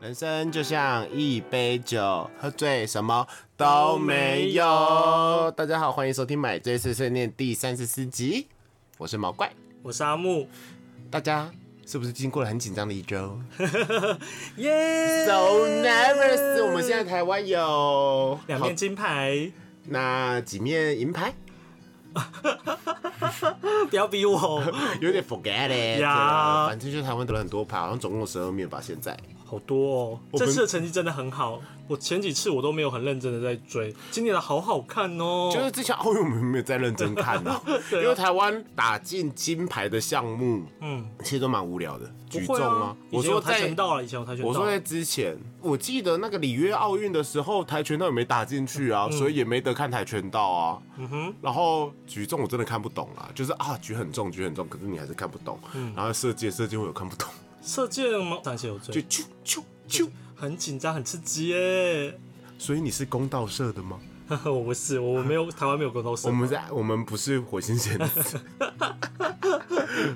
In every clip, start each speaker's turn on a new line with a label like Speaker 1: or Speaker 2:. Speaker 1: 人生就像一杯酒，喝醉什么都没有。大家好，欢迎收听《买醉碎碎念》第三十四集，我是毛怪。
Speaker 2: 我是阿木，
Speaker 1: 大家是不是经过了很紧张的一周
Speaker 2: 耶、
Speaker 1: ？So nervous！我们现在台湾有
Speaker 2: 两面金牌，
Speaker 1: 好那几面银牌，
Speaker 2: 不要 逼我，
Speaker 1: 有点 forget it。
Speaker 2: 呀
Speaker 1: 反正就台湾得了很多牌，好像总共十二面吧。现在
Speaker 2: 好多哦。
Speaker 1: 们
Speaker 2: 这次的成绩真的很好，我前几次我都没有很认真的在追，今年的好好看哦。
Speaker 1: 就是之前奥运我们没有在认真看啊，因
Speaker 2: 对啊
Speaker 1: 为台湾打进金牌的项目，嗯，其实都蛮无聊的。举
Speaker 2: 不
Speaker 1: 重
Speaker 2: 会
Speaker 1: 吗
Speaker 2: 啊？，
Speaker 1: 我
Speaker 2: 以前
Speaker 1: 说
Speaker 2: 有跆
Speaker 1: 在
Speaker 2: 拳道了，以前有跆拳道，
Speaker 1: 我说在之前，我记得那个里约奥运的时候，跆拳道也没打进去
Speaker 2: 嗯
Speaker 1: 啊，所以也没得看跆拳道啊。嗯哼。然后举重我真的看不懂啦，就是啊举很重，举很重，可是你还是看不懂。
Speaker 2: 嗯
Speaker 1: 然后射箭，射箭我有看不懂，
Speaker 2: 射箭吗？上次有
Speaker 1: 就
Speaker 2: 追，
Speaker 1: 啾啾啾。
Speaker 2: 很紧张，很刺激耶。
Speaker 1: 所以你是公道社的吗？
Speaker 2: 我不是，我没有台湾没有光头
Speaker 1: 我
Speaker 2: 射，
Speaker 1: 们在我们不是火星仙子，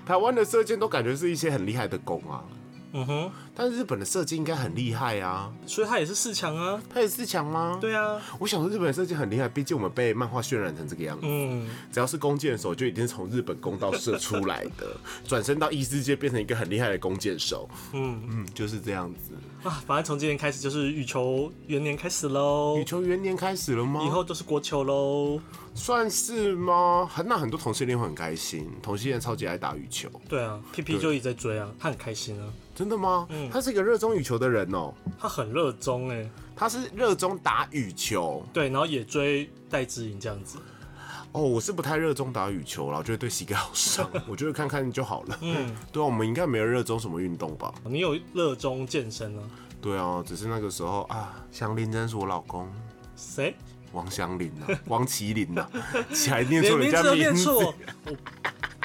Speaker 1: 台湾的射箭都感觉是一些很厉害的弓啊，
Speaker 2: 嗯哼，
Speaker 1: 但日本的射箭应该很厉害啊。
Speaker 2: 所以他也是四强啊。
Speaker 1: 他也是强吗？
Speaker 2: 对啊，
Speaker 1: 我想说日本的射箭很厉害，毕竟我们被漫画渲染成这个样子。
Speaker 2: 嗯，
Speaker 1: 只要是弓箭手，就一定是从日本弓道射出来的，转身到异世界变成一个很厉害的弓箭手。嗯嗯，就是这样子。
Speaker 2: 啊，反正从今年开始就是羽球元年开始喽
Speaker 1: 羽，球元年开始了吗？
Speaker 2: 哦以后就是国球喽。
Speaker 1: 算是吗？很那很多同性恋会很开心，同性恋超级爱打羽球。
Speaker 2: 对啊，P P 就一直在追啊，他很开心啊，
Speaker 1: 真的吗？他是一个热衷羽球的人哦、
Speaker 2: 他很热衷哎、
Speaker 1: 他是热衷打羽球
Speaker 2: 对，然后也追戴志颖这样子，
Speaker 1: 哦，我是不太热衷打羽球啦，我觉得对膝盖好 伤，我觉得看看就好了。嗯，对啊，我们应该没有热衷什么运动吧？
Speaker 2: 你有热衷健身啊？
Speaker 1: 对啊，只是那个时候啊，祥林真是我老公，
Speaker 2: 谁？
Speaker 1: 王祥林啊， 王麒麟啊，起来念
Speaker 2: 连
Speaker 1: 错人
Speaker 2: 名
Speaker 1: 家
Speaker 2: 字都
Speaker 1: 名
Speaker 2: 念
Speaker 1: 字，
Speaker 2: 错，我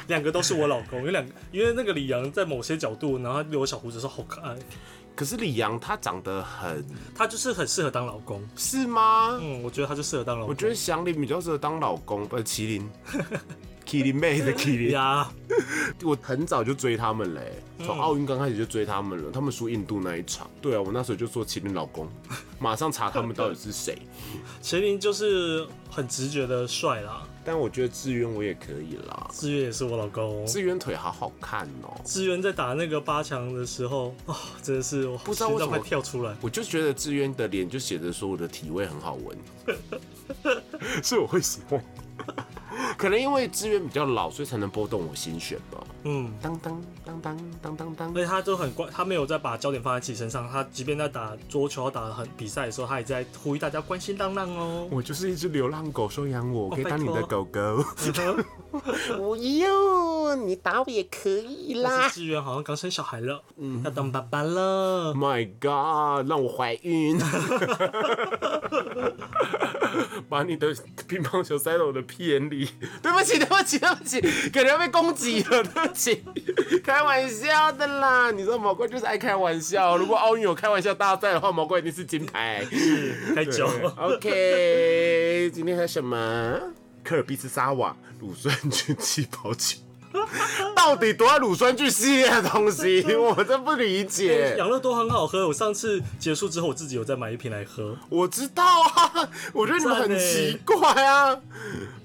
Speaker 2: 两个都是我老公，有两个，因为那个李阳在某些角度，然后他留小胡子的时候好可爱，
Speaker 1: 可是李阳他长得很
Speaker 2: 他就是很适合当老公。
Speaker 1: 是吗？
Speaker 2: 嗯，我觉得他就适合当老
Speaker 1: 我
Speaker 2: 公。
Speaker 1: 觉得祥林比较适合当老公，呃，麒 麟，麒麟妹的麒麟。
Speaker 2: 呀，
Speaker 1: 我很早就追他们嘞、欸从奥运刚开始就追他们了。他们输印度那一场，对啊，我那时候就说麒麟老公，马上查他们到底是谁。
Speaker 2: 麒麟就是很直觉的帅啦，
Speaker 1: 但我觉得志渊我也可以啦，
Speaker 2: 志远也是我老公。
Speaker 1: 志渊腿好好看哦、
Speaker 2: 志远在打那个八强的时候，哦，真的是我
Speaker 1: 不知道为什么
Speaker 2: 心脏快跳出来。
Speaker 1: 我就觉得志渊的脸就写着说我的体味很好闻， 所以我会喜欢。 可能因为志渊比较老，所以才能拨动我心弦吧。
Speaker 2: 嗯，
Speaker 1: 当当当当当当当
Speaker 2: 而，且他都很关，他没有再把焦点放在自己身上。他即便在打桌球、打很比赛的时候，他也在呼吁大家关心浪浪哦。
Speaker 1: 我就是一只流浪狗，收养我，我可以当你的
Speaker 2: 拜
Speaker 1: 狗狗。
Speaker 2: 但
Speaker 1: 不用，哎你打我也可以啦。
Speaker 2: 是志源好像刚生小孩了，嗯，要当爸爸了。
Speaker 1: Oh My God，让我怀孕， 把你的乒乓球塞到我的屁眼里。对不起，对不起，对不起，感觉要被攻击了，对不起，开玩笑的啦。你知道毛怪就是爱开玩笑，如果奥运有开玩笑大赛的话，毛怪一定是金牌。
Speaker 2: 太久，
Speaker 1: 哦 OK，今天喝什么？科尔必斯沙瓦乳酸菌气泡酒。到底多少乳酸菌系列的东西？ 我真不理 解。
Speaker 2: 哎养乐多很好喝。我上次结束之后，我自己有再买一瓶来喝。
Speaker 1: 我知道啊，我觉得你们很奇怪啊，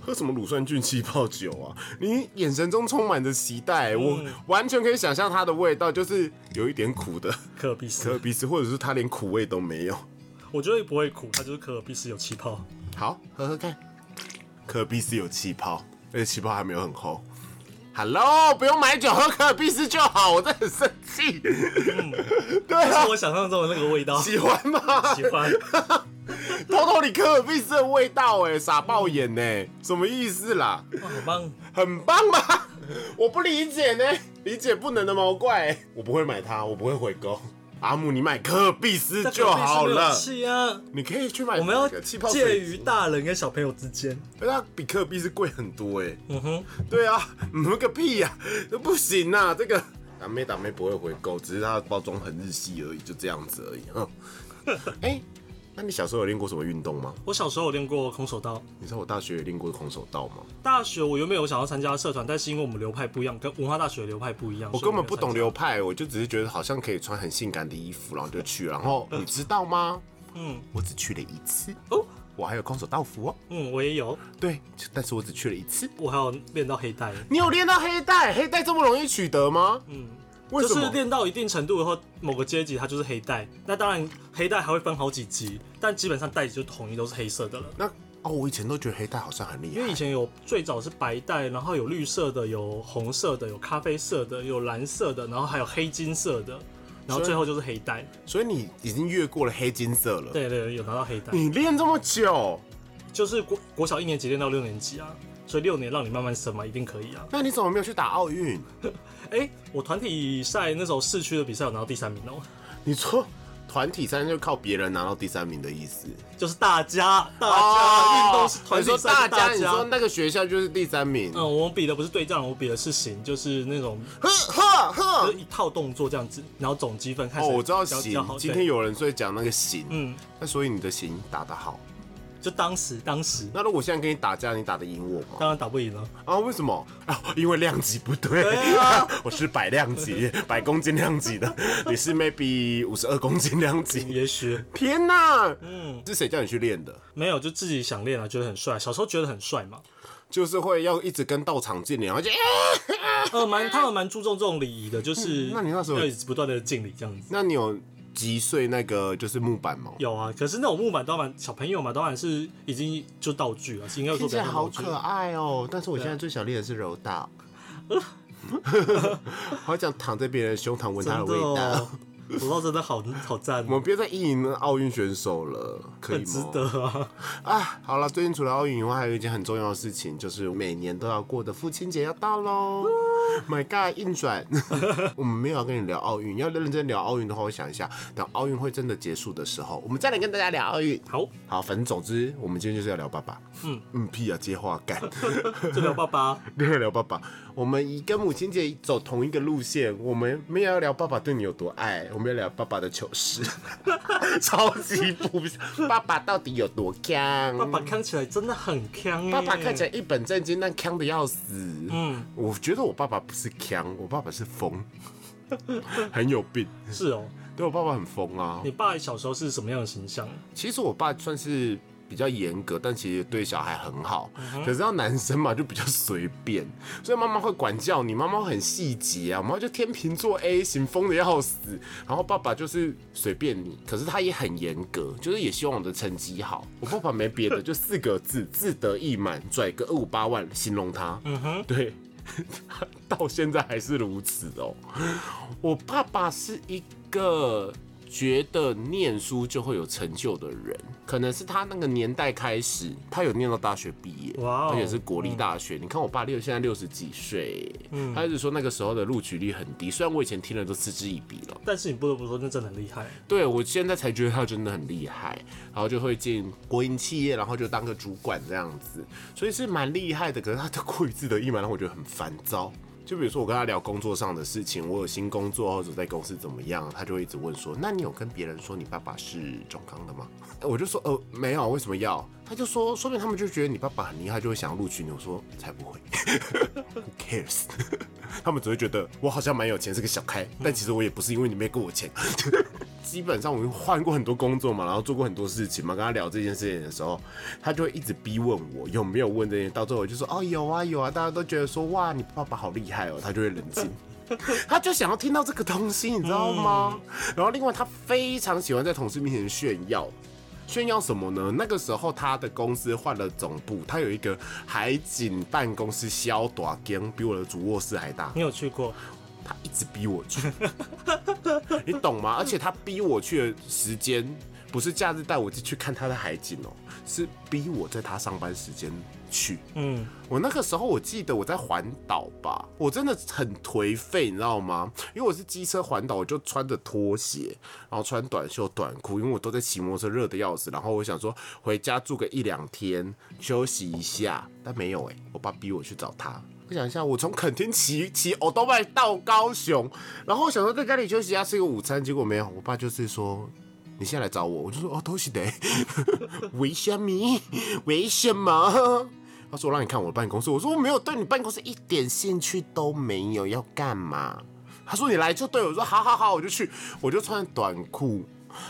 Speaker 1: 喝什么乳酸菌气泡酒啊？你眼神中充满着期待，
Speaker 2: 嗯
Speaker 1: 我完全可以想象它的味道，就是有一点苦的
Speaker 2: 可尔必斯，
Speaker 1: 可尔必斯，或者是它连苦味都没有。
Speaker 2: 我觉得不会苦，它就是可尔必斯有气泡。
Speaker 1: 好，喝喝看。可尔必斯有气泡，而且气泡还没有很厚。Hello，不用买酒，喝可尔必斯就好。我真的很生气。对
Speaker 2: 它
Speaker 1: 啊
Speaker 2: 嗯是，我想象中的那个味道，喜
Speaker 1: 喜欢吗？
Speaker 2: 欢。
Speaker 1: 偷偷你可尔必斯的味道、哎，傻爆眼呢、什么意思啦？
Speaker 2: 哇，哦好棒！
Speaker 1: 很棒吧？ 我不理解呢，理解不能的毛怪、我不会买它，我不会回购。阿姆，你买可尔必斯就好了，
Speaker 2: 气啊！
Speaker 1: 你可以去买
Speaker 2: 我们要
Speaker 1: 那个气泡水
Speaker 2: 介于大人跟小朋友之间。
Speaker 1: 它比可尔必斯贵很多哎、
Speaker 2: 嗯哼，
Speaker 1: 对啊，嗯个屁呀、这不行啊，这个打妹打 妹不会回购，只是它的包装很日系而已，就这样子而已。哼，哎、那你小时候有练过什么运动吗？
Speaker 2: 我小时候有练过空手道，
Speaker 1: 你知道我大学也练过空手道吗？
Speaker 2: 大学我原本有想要参加社团，但是因为我们流派不一样，跟文化大学流派不一样，
Speaker 1: 我
Speaker 2: 所以
Speaker 1: 根本
Speaker 2: 没有
Speaker 1: 不懂
Speaker 2: 参加
Speaker 1: 流派，我就只是觉得好像可以穿很性感的衣服，然后就去了。然后你知道吗？嗯，我只去了一次，
Speaker 2: 哦。
Speaker 1: 我还有空手道服哦。
Speaker 2: 嗯，我也有，
Speaker 1: 对，就但是我只去了一次。
Speaker 2: 我还有练到黑带。
Speaker 1: 你有练到黑带？黑带这么容易取得吗？嗯，为
Speaker 2: 就
Speaker 1: 什
Speaker 2: 是
Speaker 1: 么？
Speaker 2: 练到一定程度以后，某个阶级它就是黑带。那当然，黑带还会分好几级，但基本上带子就统一都是黑色的了。
Speaker 1: 那哦，我以前都觉得黑带好像很厉
Speaker 2: 因为以
Speaker 1: 害。
Speaker 2: 前有最早是白带，然后有绿色的，有红色的，有咖啡色的，有蓝色的，然后还有黑金色的，然后最后就是黑带。
Speaker 1: 所以你已经越过了黑金色了。
Speaker 2: 对对对，有拿到黑带，
Speaker 1: 你练这么久，
Speaker 2: 就是国国小一年级练到六年级啊，所以六年让你慢慢升嘛，一定可以啊。
Speaker 1: 那你怎么没有去打奥运？
Speaker 2: 哎、我团体赛那时候市区的比赛有拿到第三名哦、
Speaker 1: 你说团体赛就靠别人拿到第三名的意思？
Speaker 2: 就是大家大
Speaker 1: 哦
Speaker 2: 家运、动是团
Speaker 1: 你
Speaker 2: 体
Speaker 1: 说大
Speaker 2: 赛是
Speaker 1: 家，
Speaker 2: 大
Speaker 1: 你
Speaker 2: 家
Speaker 1: 说。那个学校就是第三名。
Speaker 2: 嗯，我比的不是对战，我比的是型，就是那种
Speaker 1: 呵呵
Speaker 2: 就
Speaker 1: 呵
Speaker 2: 是一套动作这样子，然后总积分看
Speaker 1: 嗯哦，
Speaker 2: 谁
Speaker 1: 我知道
Speaker 2: 比较比较
Speaker 1: 行
Speaker 2: 好。。
Speaker 1: 今
Speaker 2: 对
Speaker 1: 天有人所以讲那个行，
Speaker 2: 嗯，
Speaker 1: 那所以你的行打得好。
Speaker 2: 就当时当时
Speaker 1: 那如果现在跟你打架，你打得赢我吗？
Speaker 2: 当然打不赢了，
Speaker 1: 啊，为什么？啊，因为量级不对，
Speaker 2: 啊
Speaker 1: 啊我是百量级，百公斤量级的，你是 maybe 五十二公斤量级。
Speaker 2: 也许
Speaker 1: 天哪，嗯，是谁叫你去练的？
Speaker 2: 没有，就自己想练啊，觉得很帅，小时候觉得很帅 嘛。
Speaker 1: 就是会要一直跟道场见脸，而且、
Speaker 2: 呃，蛮他们蛮注重这种礼仪的，就是
Speaker 1: 嗯那你那时候
Speaker 2: 要一直不断的敬礼这样子。
Speaker 1: 那你有击碎那个就是木板吗？
Speaker 2: 有啊，可是那种木板当然小朋友嘛，当然是已经就道具了，是应该说
Speaker 1: 听
Speaker 2: 比
Speaker 1: 起来
Speaker 2: 较
Speaker 1: 好可爱哦、
Speaker 2: 嗯
Speaker 1: 但
Speaker 2: 啊
Speaker 1: 是我现在最想练的是柔 道。好想躺在别人的胸膛闻
Speaker 2: 真
Speaker 1: 他的
Speaker 2: 的
Speaker 1: 味道。
Speaker 2: 哦，我道真的好好赞
Speaker 1: 我
Speaker 2: 哦，
Speaker 1: 们不要再意淫奥运选手了，可以
Speaker 2: 很
Speaker 1: 吗？
Speaker 2: 值得啊。
Speaker 1: 啊，好了，最近除了奥运以外，还有一件很重要的事情，就是每年都要过的父亲节要到喽。My
Speaker 2: 嗯
Speaker 1: God，硬转， 我们没有要跟你聊奥运，要认真聊奥运的话，我想一下，等奥运会真的结束的时候，我们再来跟大家聊奥运。
Speaker 2: 好，
Speaker 1: 好，反正总之，我们今天就是要聊爸爸。嗯嗯，屁啊，接话干，
Speaker 2: 就聊 爸爸。
Speaker 1: 聊聊爸爸。我们以跟母亲节走同一个路线，我们没有要聊爸爸对你有多爱，我们要聊爸爸的糗事， 超级不，爸爸到底有多强？
Speaker 2: 爸爸看起来真的很强耶
Speaker 1: 爸爸看起来一本正经，但强的要死。嗯
Speaker 2: 嗯，
Speaker 1: 我觉得我爸爸不是强，我爸爸是疯， 很有病。
Speaker 2: 是哦。
Speaker 1: 对我爸爸很疯啊
Speaker 2: 你。爸小时候是什么样的形象？
Speaker 1: 其实我爸算是比较严格，但其实对小孩很好。可是要男生嘛，就比较随便，所以妈妈会管教你，妈妈会很细节啊。我妈就天秤座 A 型，疯的要死。然后爸爸就是随便你，可是他也很严格，就是也希望我的成绩好。我爸爸没别的，就四个字：自得意满，拽个二五八万形容他。嗯哼，对。 到现在还是如此哦、我爸爸是一个觉得念书就会有成就的人，可能是他那个年代开始，他有念到大学毕业，
Speaker 2: 哇哦
Speaker 1: 而且是国立大学。你看我爸六现在六十几岁，
Speaker 2: 嗯
Speaker 1: 他一直说那个时候的录取率很低，虽然我以前听了都嗤之以鼻了。
Speaker 2: 但是你不得不说，那真的很厉害。
Speaker 1: 对我现在才觉得他真的很厉害，然后就会进国营企业，然后就当个主管这样子，所以是蛮厉害的。可是他的过于自得意满，让我觉得很烦躁。就比如说我跟他聊工作上的事情，我有新工作或者在公司怎么样，他就会一直问说：“那你有跟别人说你爸爸是中康的吗？”我就说：“呃，没有，为什么要？”他就说：“说明他们就觉得你爸爸很厉害，就会想要录取你。”我说：“才不会，Who cares？” 他们只会觉得我好像蛮有钱，是个小开，但其实我也不是因为你没给我钱。基本上我们换过很多工作嘛，然后做过很多事情嘛，跟他聊这件事情的时候，他就会一直逼问我有没有问这件事，到最后我就说哦有啊有啊，大家都觉得说哇你爸爸好厉害哦，他就会冷静。他就想要听到这个东西，你知道吗？然后另外他非常喜欢在同事面前炫耀，炫耀什么呢？那个时候他的公司换了总部，他有一个海景办公室，小短间比我的主卧室还大。
Speaker 2: 你有去过？
Speaker 1: 他一直逼我去， 你懂吗？而且他逼我去的时间不是假日带我进去看他的海景哦、是逼我在他上班时间去。
Speaker 2: 嗯，
Speaker 1: 我那个时候我记得我在环岛吧，我真的很颓废，你知道吗？因为我是机车环岛，我就穿着拖鞋，然后穿短袖短裤，因为我都在骑摩托车，热的要死。然后我想说回家住个一两天休息一下，但没有哎、我爸逼我去找他。我想一下，我从垦丁骑骑欧都欸哦麦到高雄，然后我想说在家里休息一下吃个午餐，结果没有，我爸就是说你现在来找我，我就说哦，都是的， 为什么？为什么？他说我让你看我的办公室，我说我没有对你办公室一点兴趣都没有，要干嘛？他说你来就对，我说好好好，我就去，我就穿短裤，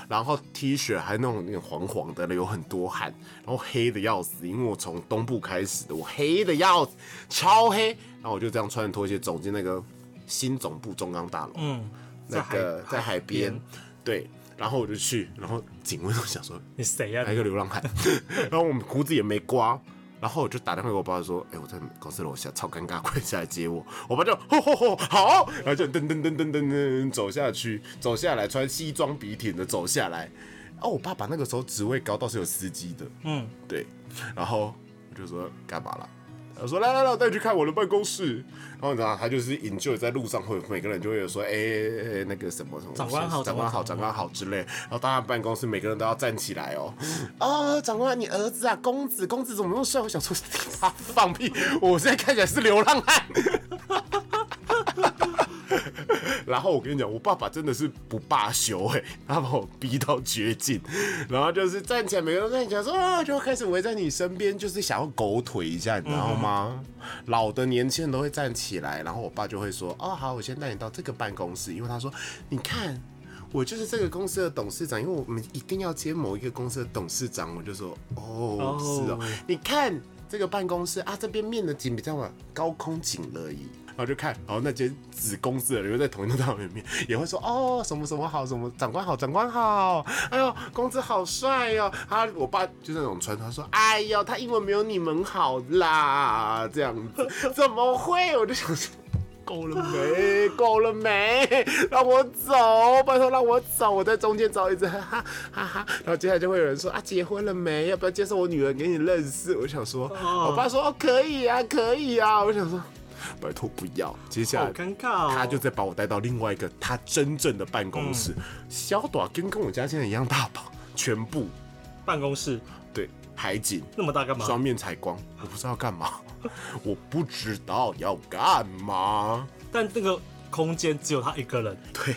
Speaker 1: 然后 T 恤还那种有点黄黄的，有很多汗，然后黑的要死，因为我从东部开始的，我黑的要死，超黑，然后我就这样穿着拖鞋走进那个新总部中央大楼，
Speaker 2: 嗯，
Speaker 1: 那个在海边
Speaker 2: 边，，
Speaker 1: 对，然后我就去，然后警卫都想说
Speaker 2: 你谁啊呀、
Speaker 1: 还有一个流浪汉，然后我们胡子也没刮，然后我就打电话给我爸说，哎、我在公司楼下，超尴尬，快下来接我。我爸就吼吼吼，好，然后就噔噔噔噔噔噔走下去，走下来，穿西装笔挺的走下来。哦，我爸爸那个时候职位高，倒是有司机的，
Speaker 2: 嗯，
Speaker 1: 对，然后我就说干嘛啦？他说来来来，我带你去看我的办公室。然后你知道，他就是引咎在路上，会每个人就会有说，哎、哎哎那个什么什么，
Speaker 2: 长官好
Speaker 1: 长官好，长
Speaker 2: 长
Speaker 1: 官好之类。然后大家办公室每个人都要站起来哦。哦，长官，你儿子啊，公子，公子怎么那么帅？我想说 他放屁，我现在看起来是流浪汉。然后我跟你讲，我爸爸真的是不罢休哎、他把我逼到绝境，然后就是站起来，每个人都站起来说啊，就开始围在你身边，就是想要狗腿一下，你知道吗？老的年轻人都会站起来，然后我爸就会说，哦好，我先带你到这个办公室，因为他说，你看。我就是这个公司的董事长，因为我们一定要接某一个公司的董事长，我就说哦，
Speaker 2: 哦
Speaker 1: 是哦，你看这个办公室啊，这边面的景比较晚，高空景而已。然后就看，然后那些子公司的人又在同一栋大楼里面，也会说哦什么什么好，什么长官好，长官好，哎呦公子好帅哦。他我爸就那种传他说，哎呦他英文没有你们好啦，这样子怎么会？我就想说。够了没？够了没？ 让我走，拜托让我走！我在中间找一直 哈哈哈哈。然后接下来就会有人说啊，结婚了没？要不要介绍我女儿给你认识？我想说，
Speaker 2: 哦
Speaker 1: 我爸说、哦、可以啊，可以啊。我想说，拜托不要。接下
Speaker 2: 好
Speaker 1: 来
Speaker 2: 尴尬哦。
Speaker 1: 他就再把我带到另外一个他真正的办公室，
Speaker 2: 嗯
Speaker 1: 小短跟跟我家现在一样大吧，全部
Speaker 2: 办公室
Speaker 1: 对海景。
Speaker 2: 那么大干嘛？
Speaker 1: 双面采光，我不知道干嘛， 我不知道要干嘛。
Speaker 2: 但那个空间只有他一个人，
Speaker 1: 对。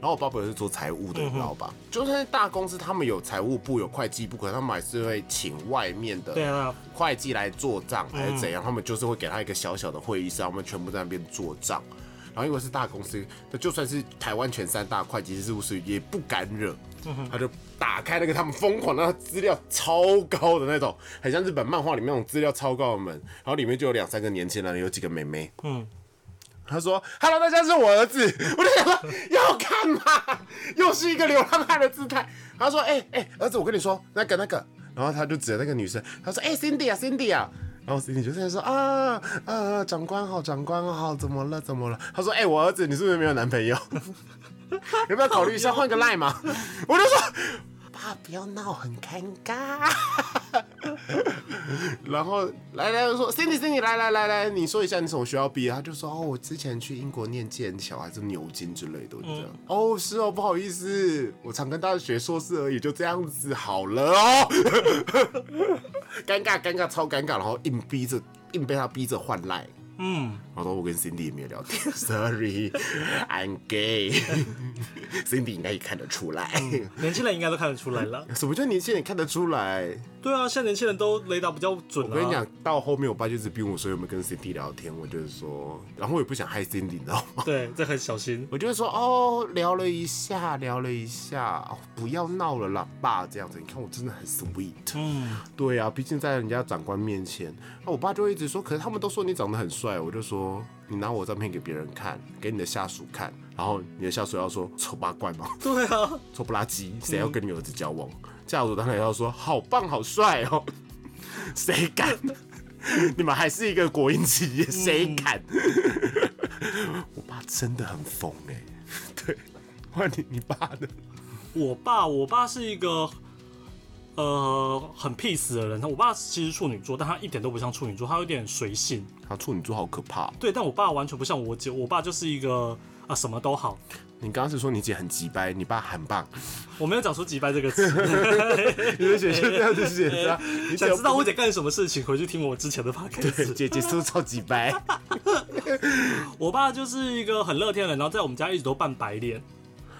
Speaker 1: 然后我爸爸也是做财务的，你知道吧？
Speaker 2: 嗯
Speaker 1: 就算是大公司，他们有财务部、有会计部，可能他们还是会请外面的
Speaker 2: 对啊，嗯
Speaker 1: 会计来做账，还是怎样？他们就是会给他一个小小的会议室，让他们全部在那边做账。然后因为是大公司，那就算是台湾前三大会计师事务所也不敢惹，
Speaker 2: 嗯
Speaker 1: 他就打开那个他们疯狂的资料超高的那种，很像日本漫画里面那种资料超高的门，然后里面就有两三个年轻人，有几个妹妹，
Speaker 2: 嗯，
Speaker 1: 他说：“Hello，大家是我儿子。” 我就想说要干嘛？又是一个流浪汉的姿态。他说：“哎、哎、儿子，我跟你说，那个那个。”然后他就指着那个女生，他说：“哎、c i n d y 啊，Cindy 啊。”然后 Cindy 就在那说：“啊啊，长官好，长官好，怎么了？怎么了？”他说：“哎、我儿子，你是不是没有男朋友？ 有没有考虑一下换个 line 嘛？”我就说：“爸，不要闹，很尴尬。”然后来来就说 Cindy Cindy 来来来来，你说一下你什么学校毕业？他就说哦，我之前去英国念剑桥还是牛津之类的，我就这样。哦，是哦，不好意思，我常跟大家学硕士而已，就这样子好了 哦。尴尬尴尬超尴尬，然后硬逼着硬被他逼着换赖。
Speaker 2: 嗯，
Speaker 1: 然后我跟 Cindy 也没有聊天，Sorry，I'm gay 。Cindy 应该也看得出来，
Speaker 2: 年轻人应该都看得出 来了。
Speaker 1: 什么叫年轻人看得出来？
Speaker 2: 对啊，现在年轻人都雷达比较准、啊。
Speaker 1: 我跟你讲，，到后面我爸就是逼我说有没有跟 Cindy 聊天，我就是说，然后我也不想害 Cindy，你知道吗？
Speaker 2: 对，这很小心。
Speaker 1: 我就是说哦，聊了一下，聊了一下，哦，不要闹了啦，爸，这样子，你看我真的很 sweet。
Speaker 2: 嗯，
Speaker 1: 对啊，毕竟在人家长官面前，那我爸就会一直说，可是他们都说你长得很帅，我就说你拿我照片给别人看，给你的下属看，然后你的下属要说丑八怪吗？
Speaker 2: 对啊，
Speaker 1: 臭不拉几，谁
Speaker 2: 嗯
Speaker 1: 要跟你儿子交往？家属当然要说好棒好帅哦， 谁敢？ 你们还是一个国营企业，
Speaker 2: 嗯
Speaker 1: 谁敢？ 我爸真的很疯哎、 对，换你你爸的，
Speaker 2: 我爸，我爸是一个呃很 peace 的人。我爸其实处女座，但他一点都不像处女座，他有点随性。
Speaker 1: 他处女座好可怕、哦
Speaker 2: 对，但我爸完全不像我姐，我爸就是一个啊什么都好。
Speaker 1: 你刚刚是说你姐很急掰，你爸很棒，
Speaker 2: 我没有讲出“击败”这个词，
Speaker 1: 你的姐就这样子写的，啊你姐
Speaker 2: 想知道我姐干什么事情，回去听我之前的 podcast。
Speaker 1: 姐姐是不是超级 掰？
Speaker 2: 我爸就是一个很乐天的人，然后在我们家一直都扮白脸，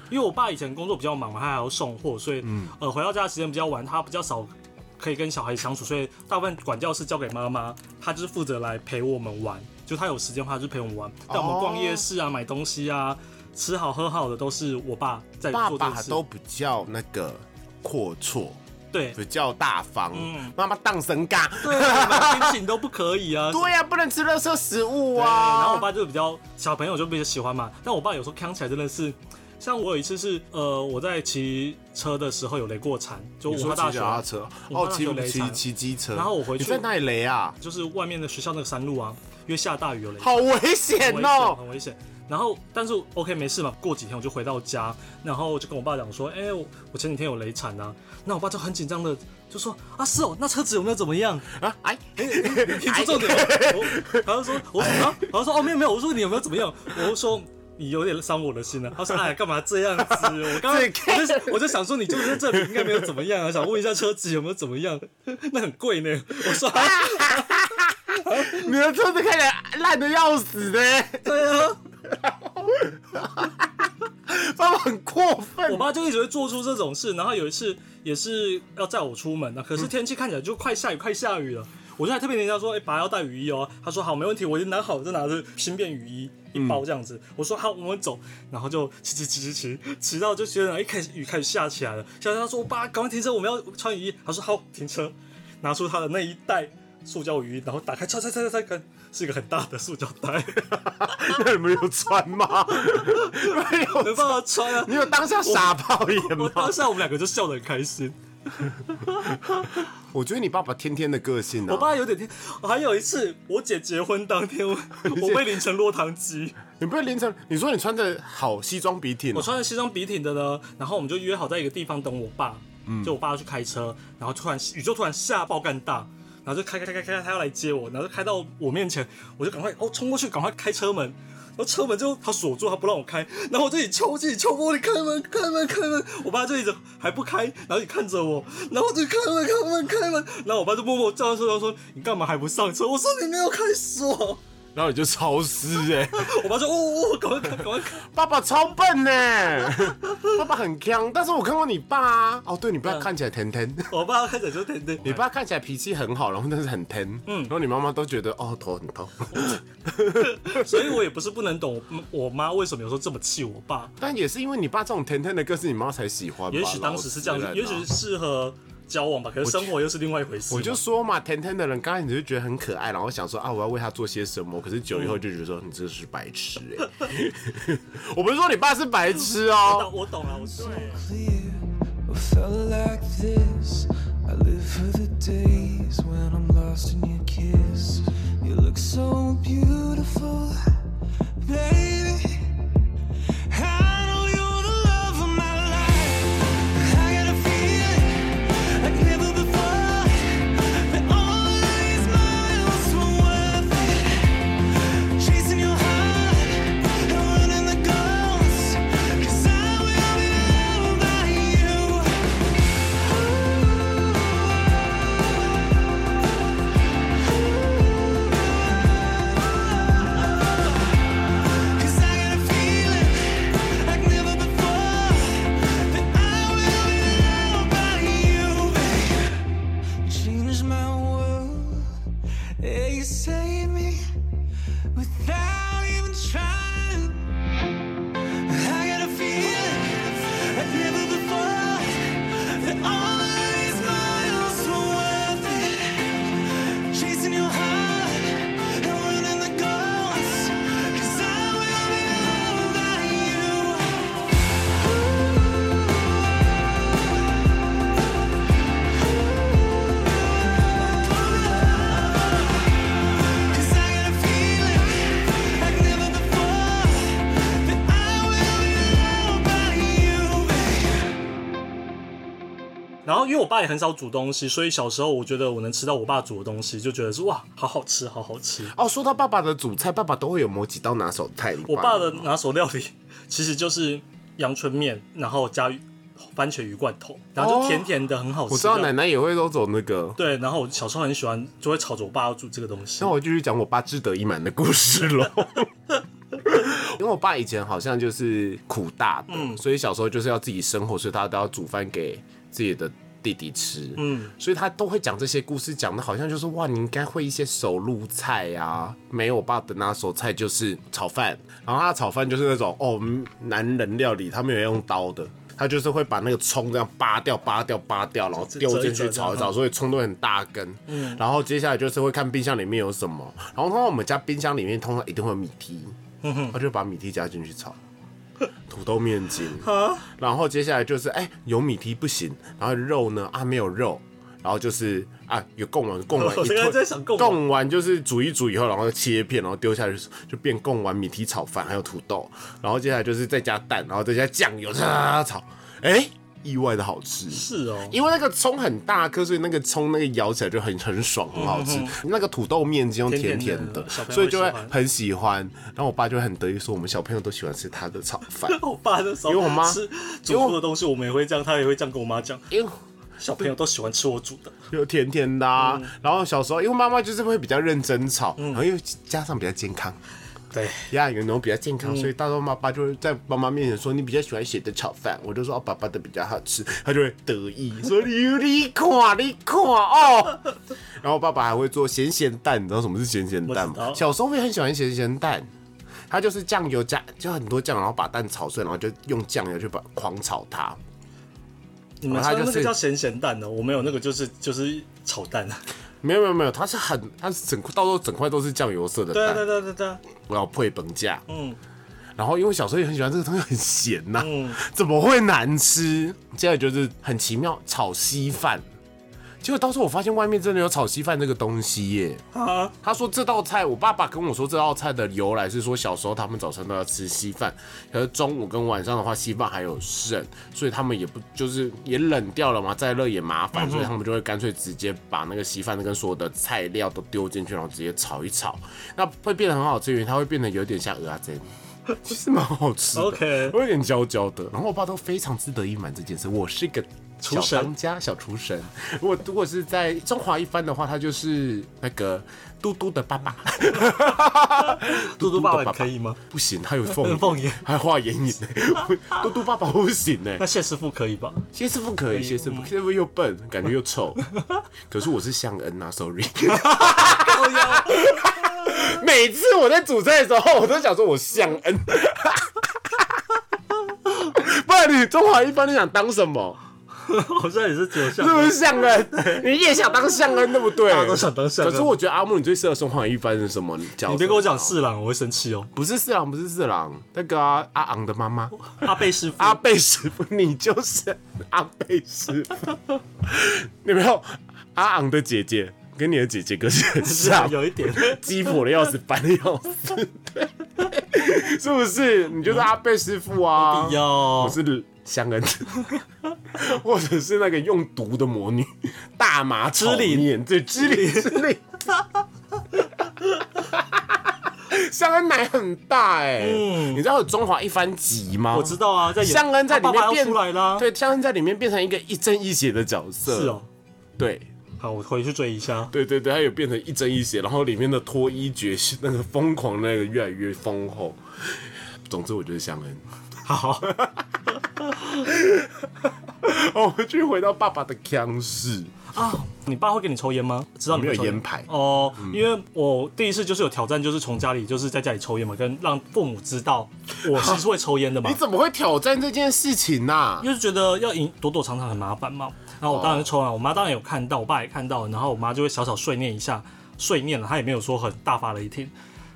Speaker 2: 因因为我爸以前工作比较忙嘛，他还要送货，所以、呃回到家的时间比较晚，他比较少可以跟小孩相处，所以大部分管教室交给妈妈，她就是负责来陪我们玩，就她有时间的话就陪我们玩，带我们逛夜市啊、买东西啊、吃好喝好的都是我爸在
Speaker 1: 爸
Speaker 2: 做这件
Speaker 1: 爸
Speaker 2: 事。
Speaker 1: 都比较那个阔绰，
Speaker 2: 对，
Speaker 1: 比较大方
Speaker 2: 嗯，
Speaker 1: 妈妈当神嘎。
Speaker 2: 对，买冰淇淋都不可以 啊，
Speaker 1: 对呀、不能吃垃圾食物
Speaker 2: 对，然
Speaker 1: 啊
Speaker 2: 后我。爸就比较小朋友就比较喜欢嘛，但我爸有时候扛起来真的是，像我有一次是呃我在骑车的时候有雷过残，就
Speaker 1: 你
Speaker 2: 我
Speaker 1: 说
Speaker 2: 爸大
Speaker 1: 骑
Speaker 2: 学
Speaker 1: 脚踏车，哦，
Speaker 2: 我爸大
Speaker 1: 骑
Speaker 2: 学雷
Speaker 1: 骑
Speaker 2: 惨
Speaker 1: 骑机车，
Speaker 2: 然后我回去
Speaker 1: 你在哪里雷啊？
Speaker 2: 就是外面的学校那个山路啊，因为下大雨有雷，
Speaker 1: 好危
Speaker 2: 很
Speaker 1: 险
Speaker 2: 危险，
Speaker 1: 哦！
Speaker 2: 很危险。然后，但是 OK 没事嘛。过几天我就回到家，然后我就跟我爸讲说：“哎、我我前几天有雷惨啊。”那我爸就很紧张的就说：“啊，是哦，那车子有没有怎么样？”
Speaker 1: 啊，哎，
Speaker 2: 听出重点了。我然后说，我说啊，然后说哦，没有没有，我说你有没有怎么样？我说。你有点伤我的心了、他说：“哎，干嘛这样子？我刚刚
Speaker 1: 这个
Speaker 2: 我就我就想说，你就是在这里应该没有怎么样啊，想问一下车子有没有怎么样？那很贵呢。”我说：“啊，
Speaker 1: 哎你的车子看起来烂的要死的，
Speaker 2: 对啊。
Speaker 1: 爸爸很过”
Speaker 2: 我
Speaker 1: 分。
Speaker 2: 爸就一直会做出这种事。然后有一次也是要载我出门啊，可是天气看起来就快下雨，快下雨了。我就还特别跟他说：“哎、爸要带雨衣哦。”他说：“好，没问题，我已经拿好了，就拿着新变雨衣一包这样子。我说：“好，我们走。”然后就骑骑骑骑骑，骑到就觉得哎一开始雨开始下起来了。下来他说：“我爸，赶快停车，我们要穿雨衣。”他说：“好，停车。”拿出他的那一袋塑胶雨衣，然后打开，拆拆拆拆拆，看是一个很大的塑胶袋，
Speaker 1: 那你们有穿吗？没
Speaker 2: 没
Speaker 1: 有，
Speaker 2: 办法穿啊。
Speaker 1: 你有当下傻爆眼
Speaker 2: 我
Speaker 1: 吗
Speaker 2: 当？下我们两个就笑得很开心。
Speaker 1: 我觉得你爸爸天天的个性
Speaker 2: 我
Speaker 1: 啊，
Speaker 2: 爸有点天，还有一次我姐结婚当天，我我被淋成落汤鸡。
Speaker 1: 你不要凌晨，你说你穿着好西装笔挺
Speaker 2: 我
Speaker 1: 哦，
Speaker 2: 穿着西装笔挺的呢，然后我们就约好在一个地方等我爸，就我爸要去开车，然后突然雨就突然下爆干大，然后就开开开开开，他要来接我，然后就开到我面前，我就赶快哦冲过去，赶快开车门。然后车门就他锁住，他不让我开，然后我自己敲自己敲玻璃，开门开门开门，我爸就一直还不开，然后你看着我，然后我就开门开门开门，然后我爸就默默叫上车，他说你干嘛还不上车？我说你没有开锁，
Speaker 1: 然后你就潮湿哎。
Speaker 2: 我爸说哦哦，赶快开赶快开，
Speaker 1: 爸爸超笨呢， 爸爸很强，但是我看过你爸啊，哦，对你爸
Speaker 2: 嗯
Speaker 1: 看起来甜甜，
Speaker 2: 我爸开始就停停，
Speaker 1: 你爸看起来脾气很好，然后但是很甜，嗯，然后你妈妈都觉得哦头很痛，
Speaker 2: 所以我也不是不能懂我妈为什么有时候这么气我爸，
Speaker 1: 但也是因为你爸这种甜甜的个性，你妈才喜欢吧。
Speaker 2: 也许当时是这样
Speaker 1: 老
Speaker 2: 子，
Speaker 1: 实
Speaker 2: 也
Speaker 1: 人啊
Speaker 2: 许适合交往吧，可是生活又是另外一回事嘛。
Speaker 1: 我就说嘛，甜甜的人，刚开始就觉得很可爱，然后想说啊，我要为他做些什么。可是久以后就觉得说，你嗯这是白痴哎、 我不是说你爸是白痴
Speaker 2: 嗯 我
Speaker 1: 哦、
Speaker 2: 懂我懂了，啊我是。
Speaker 3: clear or felt like this. I live for the days when I'm lost in your kiss. You look so beautiful, baby. I know you're the love of my life. I got a feeling like never before that all these miles were worth it. Chasing your heart and running the ghosts, 'cause I will be loved by you. Cause I got a feeling like never before that I will be loved by you. Change my world, yeah, you saved me without even trying. I got a feeling like never before that all of these miles were worth it. Chasing your heart and running the goals, 'cause I will be loved by you. Cause I got a feeling like never before that I will be loved by you, babe.
Speaker 2: 然后因为我爸也很少煮东西，所以小时候我觉得我能吃到我爸煮的东西，就觉得是哇，好好吃，好好吃。
Speaker 1: 哦，说到爸爸的主菜，爸爸都会有某几道拿手菜。你
Speaker 2: 我爸的
Speaker 1: 吗
Speaker 2: 拿手料理其实就是阳春面，然后加番茄鱼罐头，然后就甜甜的，很好吃。
Speaker 1: 哦我知道奶奶也会都走那个。
Speaker 2: 对，然后我小时候很喜欢，就会吵着我爸要煮这个东西
Speaker 1: 那。我继续讲我爸志得意满的故事喽。因为我爸以前好像就是苦大的，所以小时候就是要自己生活，所以他都要煮饭给自己的弟弟吃，
Speaker 2: 嗯
Speaker 1: 所以他都会讲这些故事，讲的好像就是哇，你应该会一些手路菜呀、没有，我爸的拿手菜就是炒饭，然后他的炒饭就是那种哦，嗯男人料理，他没有用刀的。他就是会把那个葱这样扒掉、扒掉、扒掉，然后丢进去炒一炒，所以葱都很大根。嗯，然后接下来就是会看冰箱里面有什么，然后通常我们家冰箱里面通常一定会有米梯，
Speaker 2: 嗯
Speaker 1: 他就把米梯加进去 炒。土豆面筋，然后接下来就是哎、有米蹄不行，然后肉呢啊没有肉，然后就是啊有贡 丸贡丸
Speaker 2: 我
Speaker 1: 一
Speaker 2: 刚
Speaker 1: 吞
Speaker 2: 刚在想贡丸
Speaker 1: 贡丸就是煮一煮以后，然后切片，然后丢下去就变贡丸米蹄炒饭，还有土豆，然后接下来就是再加蛋，然后再加酱油，啊炒，哎、意外的好吃，
Speaker 2: 是哦，
Speaker 1: 因为那个葱很大颗，所以那个葱那个咬起来就很很爽，很好
Speaker 2: 嗯
Speaker 1: 吃。那个土豆面筋又甜
Speaker 2: 甜
Speaker 1: 甜
Speaker 2: 的
Speaker 1: 的，
Speaker 2: 小朋友
Speaker 1: 所以就会
Speaker 2: 会喜欢
Speaker 1: 很喜欢。然后我爸就会很得意说，我们小朋友都喜欢吃他的炒饭，
Speaker 2: 我爸那时候
Speaker 1: 因为我妈
Speaker 2: 吃煮出的东西，我们也会这样，他也会这样跟我妈讲。
Speaker 1: 因为
Speaker 2: 小朋友都喜欢吃我煮的，
Speaker 1: 有甜甜的、啊。
Speaker 2: 嗯
Speaker 1: 然后小时候因为妈妈就是会比较认真炒，然后又加上比较健康。
Speaker 2: 对，嗯
Speaker 1: 呀，有那种比较健康，所以大头妈爸就会在妈妈面前说你比较喜欢谁的炒饭，我就说哦爸爸的比较好吃， 他就会得意说你你看你看 哦，然后爸爸还会做咸咸蛋，你知道什么是咸咸蛋
Speaker 2: 我知道
Speaker 1: 吗？小时候会很喜欢咸咸蛋。它就是酱油加就很多酱，然后把蛋炒碎，然后就用酱油去把狂炒它。
Speaker 2: 你们
Speaker 1: 然后他
Speaker 2: 像
Speaker 1: 就
Speaker 2: 那个
Speaker 1: 是
Speaker 2: 叫咸咸蛋哦的，我没有那个就是就是炒蛋。啊
Speaker 1: 没有没有没有，它是很它是整到时候整块都是酱油色的
Speaker 2: 对啊
Speaker 1: 蛋，
Speaker 2: 对啊对啊对啊对啊，
Speaker 1: 我要配本酱。
Speaker 2: 嗯，
Speaker 1: 然后因为小时候也很喜欢这个东西，很咸呐、
Speaker 2: 嗯
Speaker 1: 怎么会难吃？接下来就是很奇妙，炒稀饭。结果到时候我发现外面真的有炒稀饭这个东西耶。
Speaker 2: 啊，
Speaker 1: 他说这道菜，我爸爸跟我说这道菜的由来是说小时候他们早上都要吃稀饭，可是中午跟晚上的话稀饭还有剩，所以他们也不就是也冷掉了嘛，再热也麻
Speaker 2: 嗯
Speaker 1: 烦，所以他们就会干脆直接把那个稀饭跟所有的材料都丢进去，然后直接炒一炒，那会变得很好吃，因为它会变得有点像鹅啊 煎。其实蛮好吃的
Speaker 2: OK
Speaker 1: 会有点焦焦的。然后我爸都非常自得意满这件事，我是个小
Speaker 2: 厨神
Speaker 1: 当家小厨神。如果如果是在中华一番的话，他就是那个嘟嘟的爸 爸。
Speaker 2: 嘟嘟
Speaker 1: 的
Speaker 2: 爸爸可以吗？
Speaker 1: 不行，他有凤
Speaker 2: 有 凤眼
Speaker 1: 还画眼影。嘟嘟爸爸不行欸呢
Speaker 2: 那，谢师傅可以吧？
Speaker 1: 谢师傅可
Speaker 2: 哎
Speaker 1: 以，谢师傅，谢师傅又笨，感觉又臭。可是我是向恩啊，sorry。每次我在煮菜的时候，我都想说我向恩。 不然你中华一般你想当什么？
Speaker 2: 好像也是只有 像
Speaker 1: 是不是向恩？你也想当向恩，对不对？
Speaker 2: 大家都想当向恩
Speaker 1: 可是我觉得阿木，你最适合中华一般是什么角色？
Speaker 2: 你别跟我讲四郎，我会生气哦。
Speaker 1: 不是四郎，不是四郎，那个啊、阿昂的妈 妈。
Speaker 2: 阿贝师傅，
Speaker 1: 阿贝师傅，你就是阿贝师傅。 你没有阿昂的姐姐，跟你的姐姐可是很 像，
Speaker 2: 有一点，
Speaker 1: 鸡婆的要死，烦的要死， 对，是不是？你就是阿贝师傅啊，
Speaker 2: 要
Speaker 1: 我是香恩， 或者是那个用毒的魔女，大麻
Speaker 2: 知礼
Speaker 1: 炒面，对，知礼知礼。香恩奶很大哎、
Speaker 2: 嗯
Speaker 1: 你知道有中华一番集吗？
Speaker 2: 我知道啊，在演
Speaker 1: 香恩在里
Speaker 2: 他爸
Speaker 1: 面
Speaker 2: 爸要
Speaker 1: 变
Speaker 2: 出来啦。，
Speaker 1: 对，香恩在里面变成一个一正一邪的角色。
Speaker 2: 是哦，。
Speaker 1: 对，
Speaker 2: 好，我回去追一下。
Speaker 1: 对对对，他有变成一正一邪，然后里面的脱衣绝世那个疯狂那个越来越丰厚。总之，我觉得香恩。
Speaker 2: 好，
Speaker 1: 哦，我们去回到爸爸的腔室。
Speaker 2: 哦你爸会给你抽烟吗？知道你会
Speaker 1: 没有
Speaker 2: 抽
Speaker 1: 烟牌嗯
Speaker 2: 哦，因为我第一次就是有挑战，就是从家里就是在家里抽烟嘛，跟让父母知道我其实会抽烟的嘛
Speaker 1: 你。怎么会挑战这件事情呐、
Speaker 2: 因为觉得要赢躲躲藏藏很麻烦嘛，然后我当然就抽了，我妈当然有看到，我爸也看到，然后我妈就会小小碎念一下，碎念了，她也没有说很大发雷霆。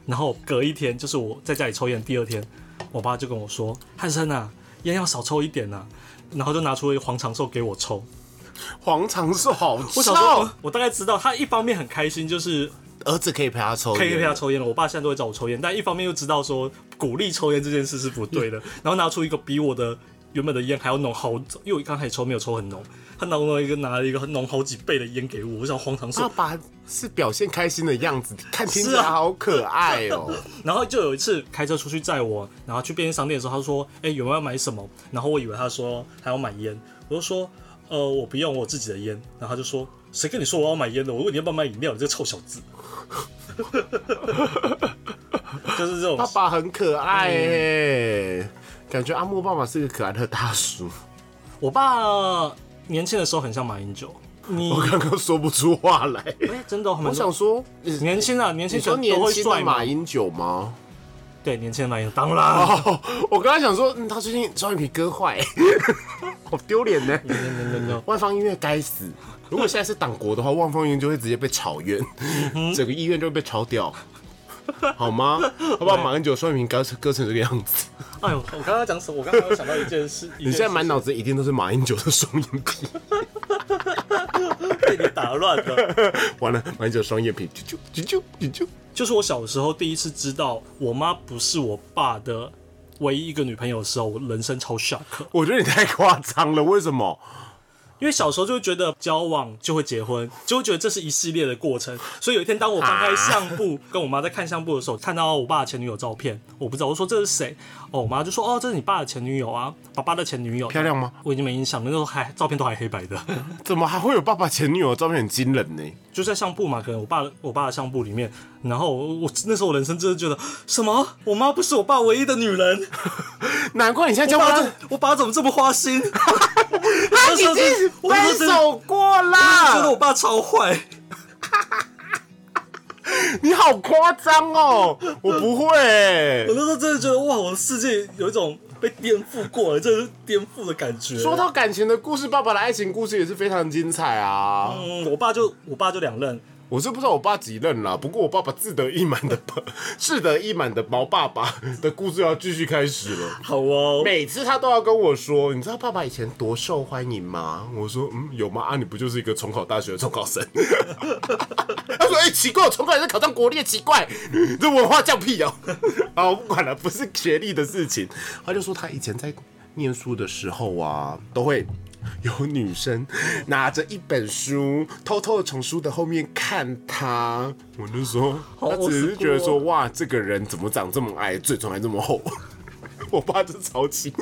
Speaker 2: 然后隔一天就是我在家里抽烟，第二天我爸就跟我说：“汉生啊，烟要少抽一点啊。”然后就拿出一个黄长寿给我抽，
Speaker 1: 黄长寿 好
Speaker 2: 我小时候
Speaker 1: 臭，
Speaker 2: 我大概知道他一方面很开心，就是
Speaker 1: 呃儿子可以陪他抽烟，
Speaker 2: 可以陪他抽烟了。我爸现在都会找我抽烟，但一方面又知道说鼓励抽烟这件事是不对的， 然后拿出一个比我的原本的烟还要浓好，因为我刚开始抽没有抽很浓，他拿了一个拿了一个浓好几倍的烟给我，我想荒唐死
Speaker 1: 爸。爸是表现开心的样子，看听起
Speaker 2: 是
Speaker 1: 来
Speaker 2: 啊
Speaker 1: 好可爱哦、
Speaker 2: 然后就有一次开车出去载我，然后去便利商店的时候，他说：“哎、有没有要买什么？”然后我以为他说哎还要买烟，我就说：“呃，我不用，我有自己的烟。”然后他就说：“谁跟你说我要买烟的？我问你要不要买饮料，你这个臭小子。” 就是这种
Speaker 1: 爸爸很可爱耶、感觉阿莫爸爸是个可爱的大叔。
Speaker 2: 我爸年轻的时候很像马英九，你
Speaker 1: 我刚刚说不出话 来，
Speaker 2: 哎、真的，
Speaker 1: 我
Speaker 2: 我
Speaker 1: 想说，你
Speaker 2: 年轻啊，年轻
Speaker 1: 说
Speaker 2: 人都
Speaker 1: 年
Speaker 2: 会
Speaker 1: 轻的
Speaker 2: 帅嘛
Speaker 1: 马，英九吗？
Speaker 2: 对，年轻的马英九，当然，
Speaker 1: 哦，我刚刚想说，嗯，他最近双眼皮割坏， 好丢脸 呢。
Speaker 2: no no no no，
Speaker 1: 万方医院该死！如果现在是党国的话，万方医院就会直接被炒院，
Speaker 2: 嗯
Speaker 1: 整个医院就会被炒掉，好吗？好不好？马英九双眼皮割成割成这个样子，
Speaker 2: 哎呦，我刚刚讲什么？我刚刚有想到一件事，
Speaker 1: 你
Speaker 2: 你
Speaker 1: 现在满脑子一定都是马英九的双眼皮。
Speaker 2: 被你打乱 了。
Speaker 1: 完了，马英九双眼皮，啾啾啾啾啾啾。
Speaker 2: 就是我小时候第一次知道我妈不是我爸的唯一一个女朋友的时候，我人生超 shock。
Speaker 1: 我觉得你太夸张了，为什么？
Speaker 2: 因为小时候就会觉得交往就会结婚，就会觉得这是一系列的过程。所以有一天，当我翻开相簿，跟我妈在看相簿的时候，看到我爸的前女友照片，我不知道我说这是谁，哦，我妈就说哦，这是你爸的前女友啊，爸爸的前女友，
Speaker 1: 漂亮吗？
Speaker 2: 我已经没印象了，那时候还照片都还黑白的，
Speaker 1: 怎么还会有爸爸前女友的照片很惊人呢？
Speaker 2: 就在相簿嘛，可能我爸我爸的相簿里面，然后我我那时候我人生真的觉得什么，我妈不是我爸唯一的女人，
Speaker 1: 难怪你现在
Speaker 2: 我
Speaker 1: 叫
Speaker 2: 爸
Speaker 1: 他
Speaker 2: 怎，我爸怎么这么花心？他
Speaker 1: 已经
Speaker 2: 我那时候
Speaker 1: 分
Speaker 2: 真的
Speaker 1: 手啊过
Speaker 2: 觉得
Speaker 1: 啦。
Speaker 2: 我爸超坏。
Speaker 1: 你好夸张哦，我不会欸、
Speaker 2: 我那时候真的觉得哇，我的世界有一种被颠覆过了，这是颠覆的感觉。
Speaker 1: 说到感情的故事，爸爸的爱情故事也是非常精彩啊！
Speaker 2: 嗯，我爸就我爸就两任，
Speaker 1: 我是不知道我爸几任啦，不过我爸爸志得意满的 志得意满的毛爸爸的故事要继续开始了。
Speaker 2: 好哦，
Speaker 1: 每次他都要跟我说，你知道爸爸以前多受欢迎吗？我说嗯有吗？啊你不就是一个重考大学的重考生？ 他说哎、奇怪，我重考也是考上国立，奇怪，这文化叫屁哦、啊我不管了，不是学历的事情。他就说他以前在念书的时候啊，都会有女生拿着一本书，偷偷的从书的后面看他。我就说，
Speaker 2: 好
Speaker 1: 他只是
Speaker 2: old school
Speaker 1: 觉得说
Speaker 2: 哦
Speaker 1: 哇，这个人怎么长这么矮，嘴唇还这么厚。 我爸就超气，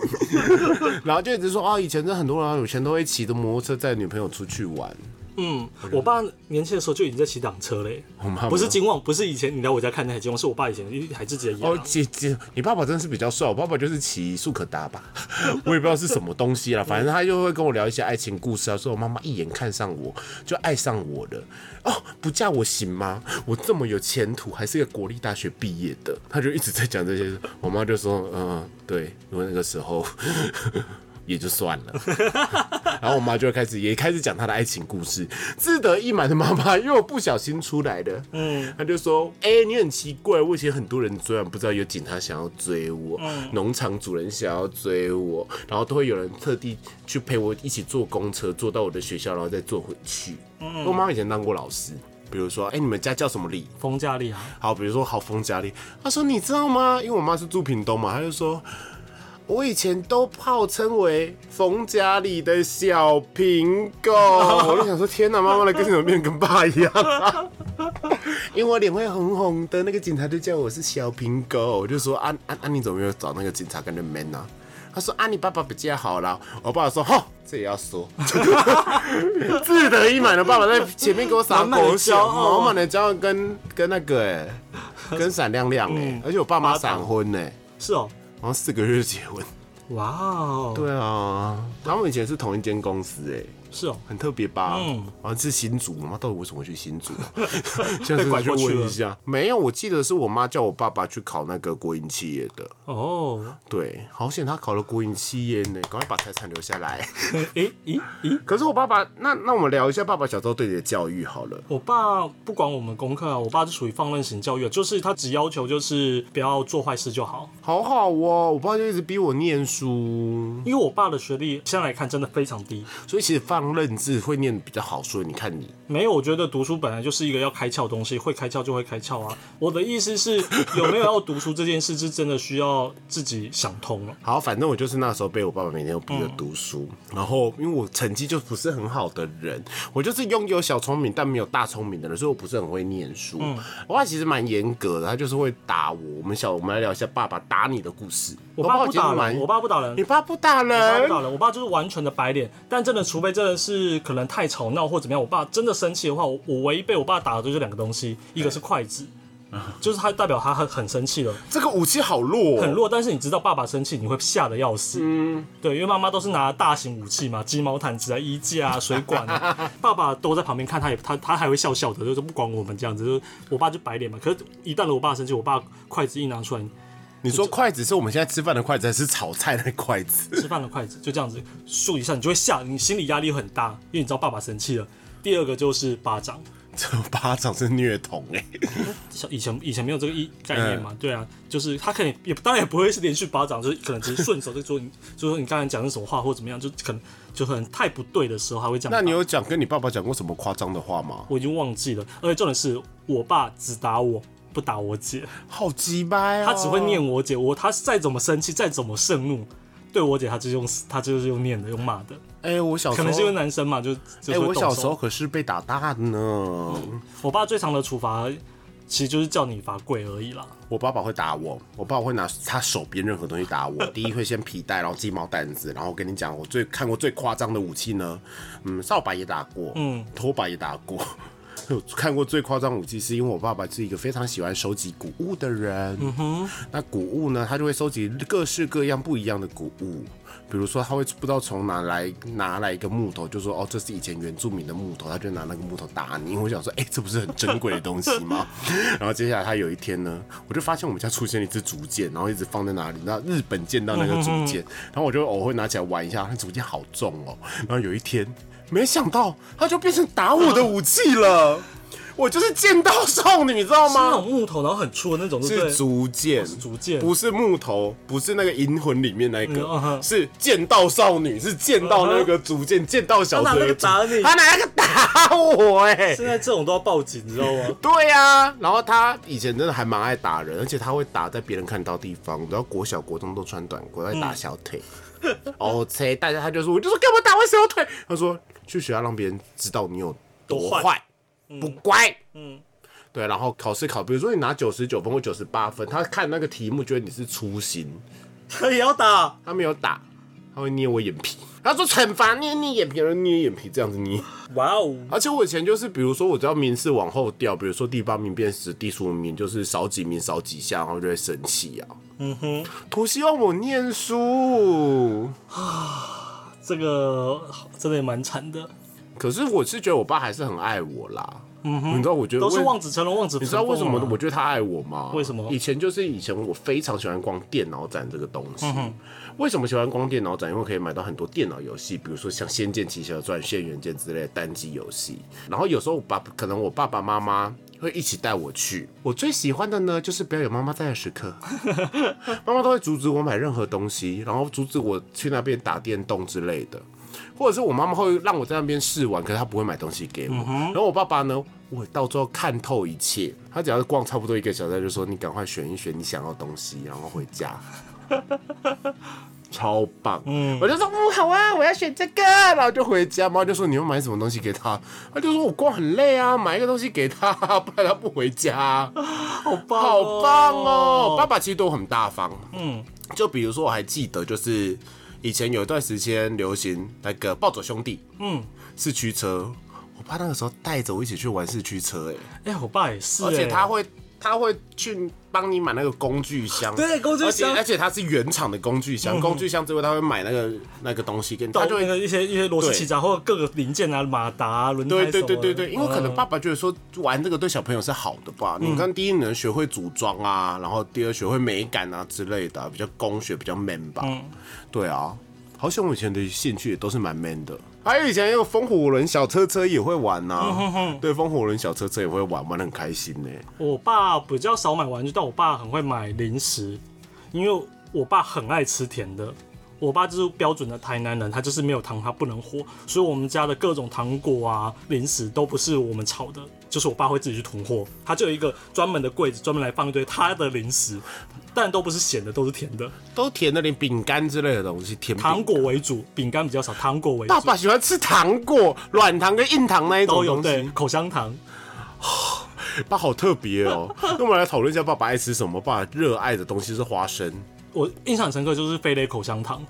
Speaker 1: 然后就一直说啊，以前真的很多人有钱都会骑着摩托车载女朋友出去玩。
Speaker 2: 嗯，我爸年轻的时候就已经在骑挡车嘞、
Speaker 1: 我妈妈
Speaker 2: 不是金旺，不是以前你来我家看那台金旺，是我爸以前一台自己的雅。
Speaker 1: 哦，姐姐，你爸爸真的是比较帅，我爸爸就是骑速可达吧， 我也不知道是什么东西啦，反正他就会跟我聊一些爱情故事啊，说我妈妈一眼看上我就爱上我了，哦，不嫁我行吗？我这么有前途，还是个国立大学毕业的，他就一直在讲这些，我妈就说，嗯、对，因为那个时候。 也就算了，然后我妈就会开始也开始讲她的爱情故事，自得意满的妈妈，因为我不小心出来的，嗯，她就说，哎、你很奇怪，我以前很多人追，啊不知道有警察想要追我，农、场主人想要追我，然后都会有人特地去陪我一起坐公车，坐到我的学校，然后再坐回去。我妈妈以前当过老师，比如说，哎、你们家叫什么李？
Speaker 2: 风加力啊，
Speaker 1: 好，比如说好风家里，他说你知道吗？因为我妈是住屏东嘛，他就说，我以前都号称为冯家里的小苹 果，我就想说天哪，妈妈的个性怎么变得跟爸一样、 啊？因为我脸会红红的，那个警察就叫我是小苹果，我就说啊啊啊，你怎么没有找那个警察跟人 man 呢、啊？他说啊，你爸爸比较好啦。我爸爸说，吼，这也要说， 自得意满的爸爸在前面给我撒
Speaker 2: 满满的
Speaker 1: 狗血，
Speaker 2: 骄傲
Speaker 1: 满满的骄傲跟跟那个哎、跟闪亮亮哎、
Speaker 2: 嗯
Speaker 1: 而且我爸妈闪婚呢、
Speaker 2: 是哦，
Speaker 1: 好像四个月就结婚。
Speaker 2: 哇哦，，
Speaker 1: 对啊，他们以前是同一间公司哎、
Speaker 2: 是哦，
Speaker 1: 很特别吧？
Speaker 2: 嗯
Speaker 1: 好像是新竹，我妈到底为什么会去新 竹？下次
Speaker 2: 被拐
Speaker 1: 去
Speaker 2: 过去
Speaker 1: 问一
Speaker 2: 了
Speaker 1: 下。没有，我记得是我妈叫我爸爸去考那个国营企业的。
Speaker 2: 哦，
Speaker 1: 对，好险他考了国营企业呢，赶快把财产留下来。
Speaker 2: 诶咦咦，
Speaker 1: 可是我爸爸，那那我们聊一下爸爸小时候对你的教育好了。
Speaker 2: 我爸不管我们功课啊，我爸是属于放任型教育，啊就是他只要求就是不要做坏事就好。
Speaker 1: 好好哦，我爸就一直逼我念书，
Speaker 2: 因为我爸的学历现在来看真的非常低，
Speaker 1: 所以其实放任制会念得比较好所以你看你，
Speaker 2: 没有，我觉得读书本来就是一个要开窍的东西，会开窍就会开窍啊。我的意思 是，有没有要读书这件事，是真的需要自己想通了。
Speaker 1: 好，反正我就是那时候被我爸爸每天都逼着读书，然后因为我成绩就不是很好的人，我就是拥有小聪明但没有大聪明的人，所以我不是很会念书。
Speaker 2: 嗯
Speaker 1: 我爸其实蛮严格的，他就是会打我。我们小，我们来聊一下爸爸打你的故事。
Speaker 2: 我爸
Speaker 1: 以
Speaker 2: 不
Speaker 1: 前
Speaker 2: 打
Speaker 1: 蛮
Speaker 2: 人，我爸不打人，
Speaker 1: 你爸不打
Speaker 2: 我爸
Speaker 1: 人
Speaker 2: 不，打人，我爸就是完全的白脸。但真的，除非真的是可能太吵闹或怎么样，我爸真的生气的话，我我唯一被我爸打的就是两个东西，一个是筷子，就是他代表他很很生气了，
Speaker 1: 这个武器好弱、哦，
Speaker 2: 很弱。但是你知道爸爸生气，你会吓得要死。嗯，对，因为妈妈都是拿大型武器嘛，鸡毛掸子啊、衣架啊、水管啊，爸爸都在旁边看，他也他他还会笑笑的，就是不管我们这样子。就是我爸就白脸嘛，可是一旦我爸生气，我爸筷子一拿出来，
Speaker 1: 你说筷子是我们现在吃饭的筷子，还是炒菜的筷子？
Speaker 2: 吃饭的筷子就这样子竖一下，你就会吓，你心理压力很大，因为你知道爸爸生气了。第二个就是巴掌。
Speaker 1: 这巴掌是虐童 哎、
Speaker 2: 像以前以前没有这个意概
Speaker 1: 嗯
Speaker 2: 念嘛，对啊，就是他可能也当然也不会是连续巴掌，就是可能只是顺手就说你， 就说你刚才讲的什么话或怎么样，就可能就很太不对的时候，他会这样打。
Speaker 1: 那你有讲跟你爸爸讲过什么夸张的话吗？
Speaker 2: 我已经忘记了，而且重点是我爸只打我。不打我姐，
Speaker 1: 好鸡掰哦！
Speaker 2: 他只会念我姐。我他再怎么生气，再怎么盛怒，对我姐他就用他就是用念的，用骂的。
Speaker 1: 哎、我小时
Speaker 2: 可
Speaker 1: 候
Speaker 2: 能是因为男生嘛，就
Speaker 1: 哎、
Speaker 2: 就会
Speaker 1: 我
Speaker 2: 动
Speaker 1: 小
Speaker 2: 手
Speaker 1: 时候可是被打大的呢。
Speaker 2: 我爸最长的处罚其实就是叫你罚跪而已啦。
Speaker 1: 我爸爸会打我，我爸爸会拿他手边任何东西打我。第一会先皮带，然后鸡毛掸子，然后我跟你讲，我最看过最夸张的武器呢，嗯，扫把也打过，嗯，拖把也打过。 我看过最夸张武器，是因为我爸爸是一个非常喜欢收集古物的人。嗯哼，那古物呢，他就会收集各式各样不一样的古物。比如说，他会不知道从哪来拿来一个木头，就说哦，这是以前原住民的木头，他就拿那个木头打你。我想说，哎、这不是很珍贵的东西吗？ 然后接下来他有一天呢，我就发现我们家出现了一支竹箭，然后一直放在哪里，那日本见到那个竹箭，然后我就偶尔会拿起来玩一下，那竹箭好重哦。然后有一天，没想到它就变成打我的武器了，我就是剑道少女，你知道
Speaker 2: 是那
Speaker 1: 吗？
Speaker 2: 种木头，然后很粗的那种，对不对？
Speaker 1: 是竹剑，
Speaker 2: 竹剑
Speaker 1: 不是木头，不是那个银魂里面那一个，
Speaker 2: 嗯嗯哼
Speaker 1: 是剑道少女，是剑道那个竹剑，剑道小
Speaker 2: 他拿
Speaker 1: 蛇
Speaker 2: 那
Speaker 1: 的
Speaker 2: 个
Speaker 1: 竹
Speaker 2: 打你
Speaker 1: 他拿那个打我、哎
Speaker 2: 现，在这种都要报警，你知道吗？
Speaker 1: 对呀、然后他以前真的还蛮爱打人，而且他会打在别人看到的地方，然后国小国中都穿短裤，在打小腿。OK，大家他就说，我就说干嘛打我小腿？他说去学校让别人知道你有多
Speaker 2: 多
Speaker 1: 坏，不乖。嗯，对。然后考试考，比如说你拿九十九分或九十八分，他看那个题目觉得你是粗心，
Speaker 2: 他也要打，
Speaker 1: 他没有打，他会捏我眼皮。他说惩罚捏你眼皮，然后捏眼皮这样子捏。
Speaker 2: 哇哦！
Speaker 1: 而且我以前就是，比如说我只要名次往后掉，比如说第八名变十，第十五名就是少几名少几下，然后就会生气啊。嗯哼，多希望我念书。
Speaker 2: 这个真的也蛮惨的，
Speaker 1: 可是我是觉得我爸还是很爱我啦。嗯哼，你知道我觉得
Speaker 2: 都是
Speaker 1: 为
Speaker 2: 望子成龙、望子
Speaker 1: 你
Speaker 2: 成
Speaker 1: 知道
Speaker 2: 凤啊。
Speaker 1: 为什么我觉得他爱我吗？
Speaker 2: 为什么
Speaker 1: 以前就是以前我非常喜欢逛电脑展这个东西。
Speaker 2: 嗯
Speaker 1: 为什么喜欢逛电脑展？因为可以买到很多电脑游戏，比如说像《仙剑奇侠传》《轩辕剑》之类的单机游戏。然后有时候我爸可能我爸爸妈妈。会一起带我去。我最喜欢的呢，就是不要有妈妈在的时 刻。妈妈都会阻止我买任何东西，然后阻止我去那边打电动之类的，或者是我妈妈会让我在那边试玩，可是她不会买东西给我。
Speaker 2: 嗯
Speaker 1: 然后我爸爸呢，我到最后看透一切，他只要逛差不多一个小时，他就说你赶快选一选你想要的东西，然后回家。 超棒，嗯，我就说，嗯，好啊，我要选这个，然后就回家。妈就说你要买什么东西给他，他就说我逛很累啊，买一个东西给他， 不然他不回家。
Speaker 2: 好棒、
Speaker 1: 好棒哦！爸！爸其实都很大方，嗯，就比如说我还记得，就是以前有一段时间流行那个暴走兄弟，嗯，四驱车，我爸那个时候带着我一起去玩四驱车、哎，
Speaker 2: 哎、我爸也是、哎
Speaker 1: 而且他
Speaker 2: 会
Speaker 1: 会。他会去帮你买那个工具箱，
Speaker 2: 对工具箱嗯
Speaker 1: 而且而且它是原厂的工具箱，工具箱之外他会买那个那个东西给你，
Speaker 2: 到
Speaker 1: 他就会
Speaker 2: 那个一些一些螺丝起子啊，或者各个零件啊、马达、啊、轮胎
Speaker 1: 对对
Speaker 2: 什么
Speaker 1: 对
Speaker 2: 的
Speaker 1: 对对，因为可能
Speaker 2: 嗯
Speaker 1: 爸爸觉得说玩这个对小朋友是好的吧？你看，第一你能学会组装啊，然后第二学会美感啊之类的啊、比较工学比较 man 吧。对啊，好像我以前的兴趣也都是蛮 man 的。嗯还哎有以前那个风火轮小车车也会玩呐、啊对，风火轮小车车也会玩，玩的很开心呢、
Speaker 2: 我爸比较少买玩具，但我爸很会买零食，因为我爸很爱吃甜的。我爸就是标准的台南人，他就是没有糖他不能活，所以我们家的各种糖果啊、零食都不是我们炒的，就是我爸会自己去囤货。他就有一个专门的柜子，专门来放一堆他的零食，但都不是咸的，都是甜的，
Speaker 1: 都甜的，连饼干之类的东西，嗯甜饼
Speaker 2: 糖。果为主，饼干比较少，糖果为主
Speaker 1: 爸。爸喜欢吃糖果，软糖跟硬糖那一
Speaker 2: 都
Speaker 1: 种
Speaker 2: 有
Speaker 1: 东西
Speaker 2: 对。口香糖，
Speaker 1: 爸好特别哦。 那我们来讨论一下爸爸爱吃什么。爸爸热爱的东西是花生。
Speaker 2: 我印象很深刻就是飞雷口香糖，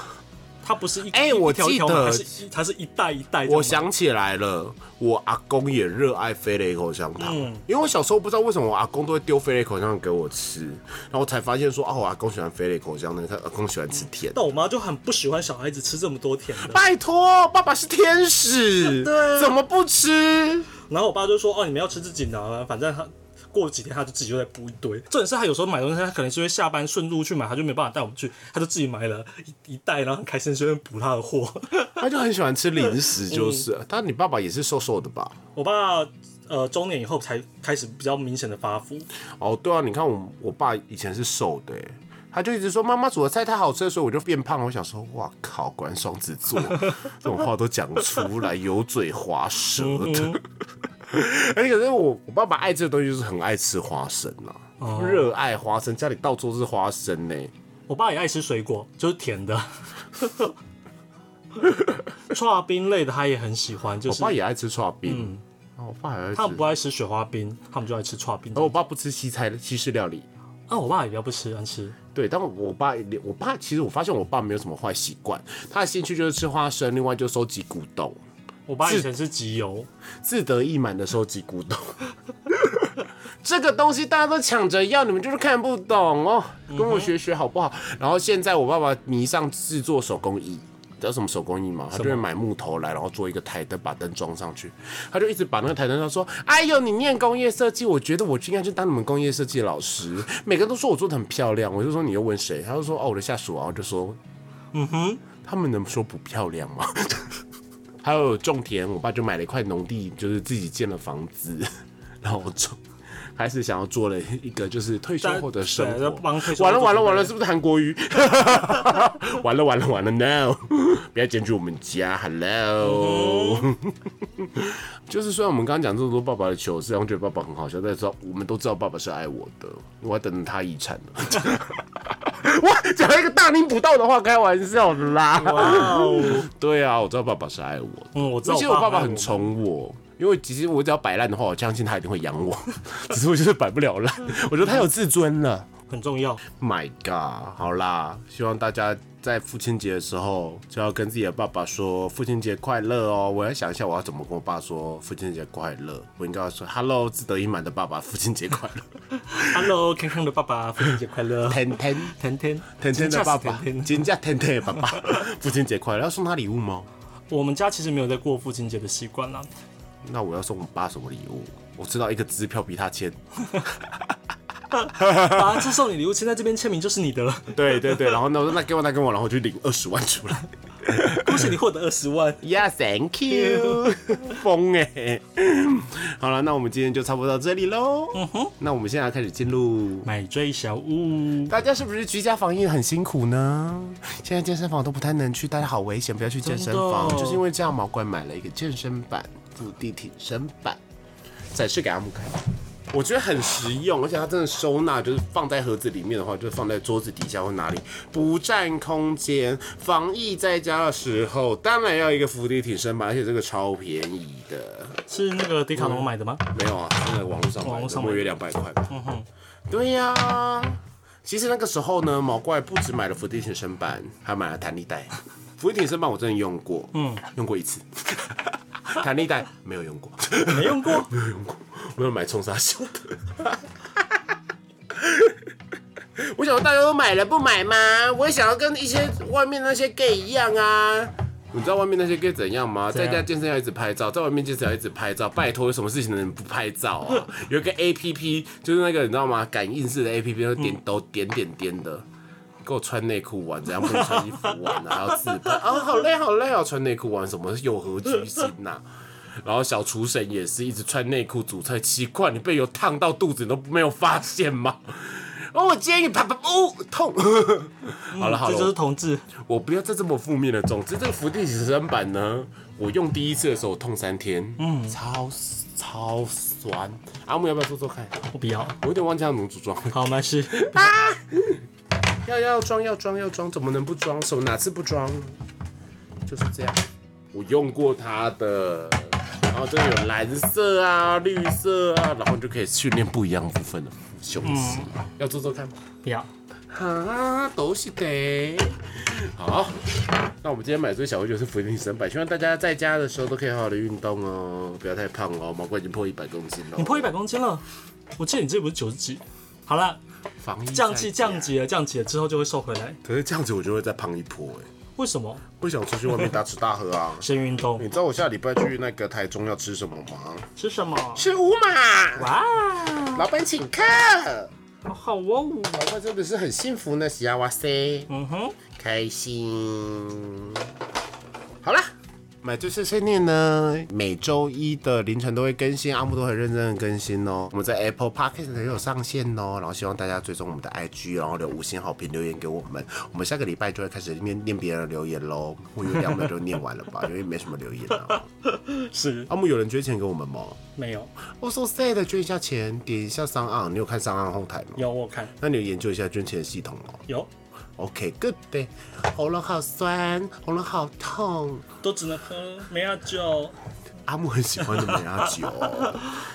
Speaker 2: 它不是一
Speaker 1: 哎
Speaker 2: 一
Speaker 1: 我
Speaker 2: 一条一
Speaker 1: 记
Speaker 2: 条买，
Speaker 1: 得
Speaker 2: 它是一它是一袋一袋这样买。
Speaker 1: 我想起来了，我阿公也热爱飞雷口香糖，因为我小时候不知道为什么我阿公都会丢飞雷口香糖给我吃，然后我才发现说，哦，我阿公喜欢飞雷口香糖，他阿公喜欢吃甜。
Speaker 2: 但我妈就很不喜欢小孩子吃这么多甜 的，
Speaker 1: 拜托，爸爸是天使，
Speaker 2: 对
Speaker 1: 怎么不吃？
Speaker 2: 然后我爸就说：“哦，你们要吃自己拿，反正他过几天他就自己又再补一堆。”重点是他有时候买东西，他可能是因为下班顺路去买，他就没办法带我们去，他就自己买了一一袋，然后很开心地随便补他的货。
Speaker 1: 他就很喜欢吃零食，就是。但你爸爸也是瘦瘦的吧？
Speaker 2: 我爸呃中年以后才开始比较明显的发福，
Speaker 1: 哦，对啊，你看我我爸以前是瘦的欸，他就一直说妈妈煮的菜太好吃了，所以我就变胖。我想说，哇靠，果然双子座 这种话都讲出来，油嘴滑舌
Speaker 2: 嗯
Speaker 1: 的。 而且可是我我爸爸爱这个东西，就是很爱吃花生
Speaker 2: 哦
Speaker 1: 啊，热、爱花生，家里到处是花生呢、
Speaker 2: 我爸也爱吃水果，就是甜的。 刨冰类的他也很喜欢，就
Speaker 1: 我
Speaker 2: 是嗯
Speaker 1: 爸也爱吃刨冰，啊我爸也爱吃。
Speaker 2: 他们不爱吃雪花冰，他们就爱吃刨冰
Speaker 1: 然。后我爸不吃西菜西式料理，
Speaker 2: 啊，我爸也比较不喜欢吃，
Speaker 1: 对，但我爸，我爸其实我发现我爸没有什么坏习惯，他的兴趣就是吃花生，另外就收集古董，
Speaker 2: 我爸
Speaker 1: 是
Speaker 2: 以前是集邮，
Speaker 1: 自得意满的收集古董。 这个东西大家都抢着要，你们就是看不懂哦，跟我学学好不好？然后现在我爸爸迷上制作手工艺，你知道什么手工艺吗？他就会买木头来，然后做一个台灯，把灯装上去。他就一直把那个台灯上说：“哎呦，你念工业设计，我觉得我就应该去当你们工业设计老师。”每个人都说我做的很漂亮，我就说你又问谁？他就说：“哦，我的下属啊。”我就说：“嗯哼，他们能说不漂亮吗？” 还有种田，我爸就买了一块农地，就是自己建了房子， 然后种，开始想要做了一个就是退休后的生
Speaker 2: 对
Speaker 1: 活
Speaker 2: 要帮退。休后
Speaker 1: 完了完了
Speaker 2: 做
Speaker 1: 完了，是不
Speaker 2: 准备
Speaker 1: 是韩国语？ 完了完了完了，no！不要检举我们家，hello。就是虽然我们刚刚讲这么多爸爸的糗事，然后觉得爸爸很好笑，但是知道我们都知道爸爸是爱我的，我还等着他遗产呢。 我讲一个大逆不道的话，开玩笑的啦。
Speaker 2: 哇哦，
Speaker 1: 对啊，我知道爸爸是爱我的。
Speaker 2: 嗯，我知
Speaker 1: 而
Speaker 2: 道
Speaker 1: 且我爸爸
Speaker 2: 爱
Speaker 1: 很
Speaker 2: 我
Speaker 1: 宠我，因为其实我只要摆烂的话，我相信他一定会养我， 只是我就是摆不了烂。我觉得他有自尊啊了。
Speaker 2: 很重要。
Speaker 1: ，Oh My God，好啦，希望大家在父亲节的时候就要跟自己的爸爸说父亲节快乐哦。我要想一下我要怎么跟我爸说父亲节快乐。我应该要说 Hello，自得意满的爸爸，父亲节快乐。
Speaker 2: Hello，康康的爸爸，父亲节快乐！
Speaker 1: 天天
Speaker 2: 甜甜
Speaker 1: 天天的爸爸，
Speaker 2: 甜甜
Speaker 1: 金价天天的爸爸，父亲节快乐。要送他礼物吗？
Speaker 2: 我们家其实没有在过父亲节的习惯啦，
Speaker 1: 那我要送我爸什么礼物？我知道一个支票比他签。
Speaker 2: 啊，这送你礼物，签在这边签名就是你的了。
Speaker 1: 对对对，然后呢， 我说那给我，那给我，然后我就领二十万出来。
Speaker 2: 恭喜你获得二十万，
Speaker 1: Yeah, thank you。疯 哎、好了，那我们今天就差不多到这里喽。嗯哼，那我们现在开始进入。
Speaker 2: 买追小屋，
Speaker 1: 大家是不是居家防疫很辛苦呢？现在健身房都不太能去，大家好危险，不要去健身房。
Speaker 2: 真的
Speaker 1: 就是因为这样，毛怪买了一个健身板、腹地挺身板，展示给阿木看。我觉得很实用，而且它真的收纳，就是放在盒子里面的话，就放在桌子底下或哪里，不占空间。防疫在家的时候，当然要一个伏地挺身板，而且这个超便宜的。
Speaker 2: 是那个迪卡侬买的吗？
Speaker 1: 没有啊，那个网络上买的
Speaker 2: 网络上买的嗯
Speaker 1: 大约两百块吧。对呀、其实那个时候呢，毛怪不止买了伏地挺身板，还买了弹力 带。伏地挺身板我真的用过，嗯，用过一次。 弹力带没有用过，
Speaker 2: 没用过，
Speaker 1: 没有用过，没有买冲沙小的。 我想说大家都买了不买吗？我也想要跟一些外面那些 gay 一样啊。你知道外面那些 gay 怎样吗？在
Speaker 2: 样
Speaker 1: 家健身要一直拍照，在外面健身要一直拍照。拜托，有什么事情能不拍照啊？有一个 A P P，就是那个你知道吗？感应式的 A P P，都点都点点点的。给我穿内裤玩，怎样不能穿衣服玩呢、还要自拍啊、好累好累哦，穿内裤玩什么有何居心呐、然后小厨神也是一直穿内裤煮菜，奇怪，你被油烫到肚子，你都没有发现吗？ 哦，我建议啪啪哦，痛。 好了好
Speaker 2: 这就是
Speaker 1: 了，
Speaker 2: 同志。
Speaker 1: 我不要再这么负面了。总之，这个伏地挺身板呢，我用第一次的时候我痛三天，嗯，超超酸。阿木要不要做做看？
Speaker 2: 我不要，
Speaker 1: 我有点忘记它怎么组装。
Speaker 2: 好，没事。
Speaker 1: 要要装要装要装，怎么能不装？手哪次不装？就是这样。我用过它的，然后这个有蓝色啊、绿色啊，然后你就可以训练不一样部分的胸肌。要做做看吗？
Speaker 2: 不要，
Speaker 1: 嗯哈，都是得。好，那我们今天买醉小微酒是福利三百，希望大家在家的时候都可以好好的运动哦，不要太胖哦。毛怪已经破一百公斤了，哦
Speaker 2: 你破一百公斤了，我记得你这不是九十几？好了，
Speaker 1: 防疫
Speaker 2: 降气
Speaker 1: 在
Speaker 2: 啊
Speaker 1: 家
Speaker 2: 降，级了，降级了之后就会瘦回来。
Speaker 1: 可是这样子我就会再胖一波哎、
Speaker 2: 为什么？。
Speaker 1: 不想出去外面大吃大喝啊
Speaker 2: 先运动
Speaker 1: 你知道我下礼拜去那个台中要吃什么吗？
Speaker 2: 吃什么？
Speaker 1: 吃五马，
Speaker 2: 哇，
Speaker 1: 老板请客。
Speaker 2: 好好哦。
Speaker 1: 老板真的是很幸福呢，喜啊哇塞，
Speaker 2: 嗯哼，
Speaker 1: 开心。好啦，买醉碎碎念呢，每周一的凌晨都会更新，阿木都很认真的更新哦。我们在 Apple Podcast 也有上线哦，然后希望大家追踪我们的 IG，然后留五星好评留言给我们。我们下个礼拜就会开始念念别人的留言喽。我月亮们都念完了吧，因为没什么留言啊。
Speaker 2: 是
Speaker 1: 阿木有人捐钱给我们吗？
Speaker 2: 没有
Speaker 1: 我 so sad，捐一下钱，点一下上岸。你有看上岸后台吗？
Speaker 2: 有我有看
Speaker 1: 那你有研究一下捐钱的系统哦。
Speaker 2: 有，
Speaker 1: OK，good、day。喉咙好酸，喉咙好痛。
Speaker 2: 都只能喝梅亚酒。
Speaker 1: 阿木很喜欢的美阿酒，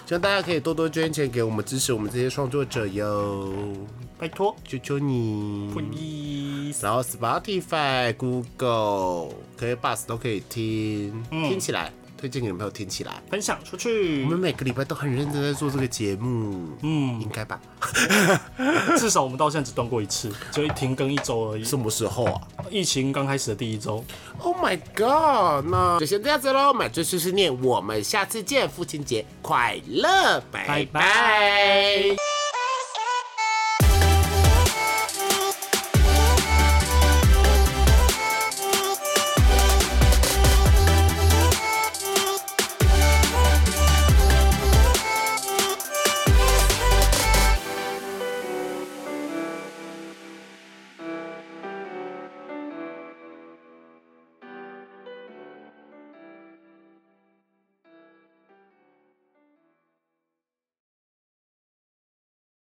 Speaker 1: 希望大家可以多多捐钱给我们，支持我们这些创作者哟，拜托，求求你。
Speaker 2: Please，
Speaker 1: 然后 Spotify、Google、k b u s 都可以听，听起来，推荐给你朋友听起来。
Speaker 2: 分享出
Speaker 1: 我
Speaker 2: 去
Speaker 1: 们。每个礼拜都很认真在做这个节目，嗯，应该吧？
Speaker 2: 至少我们到现在只断过一次，就一停更一周而已。
Speaker 1: 什么时候啊？
Speaker 2: 疫情刚开始的第一周，
Speaker 1: Oh my god！那就先这样子喽，买醉碎碎念，我们下次见，父亲节快乐，拜拜。
Speaker 2: 拜拜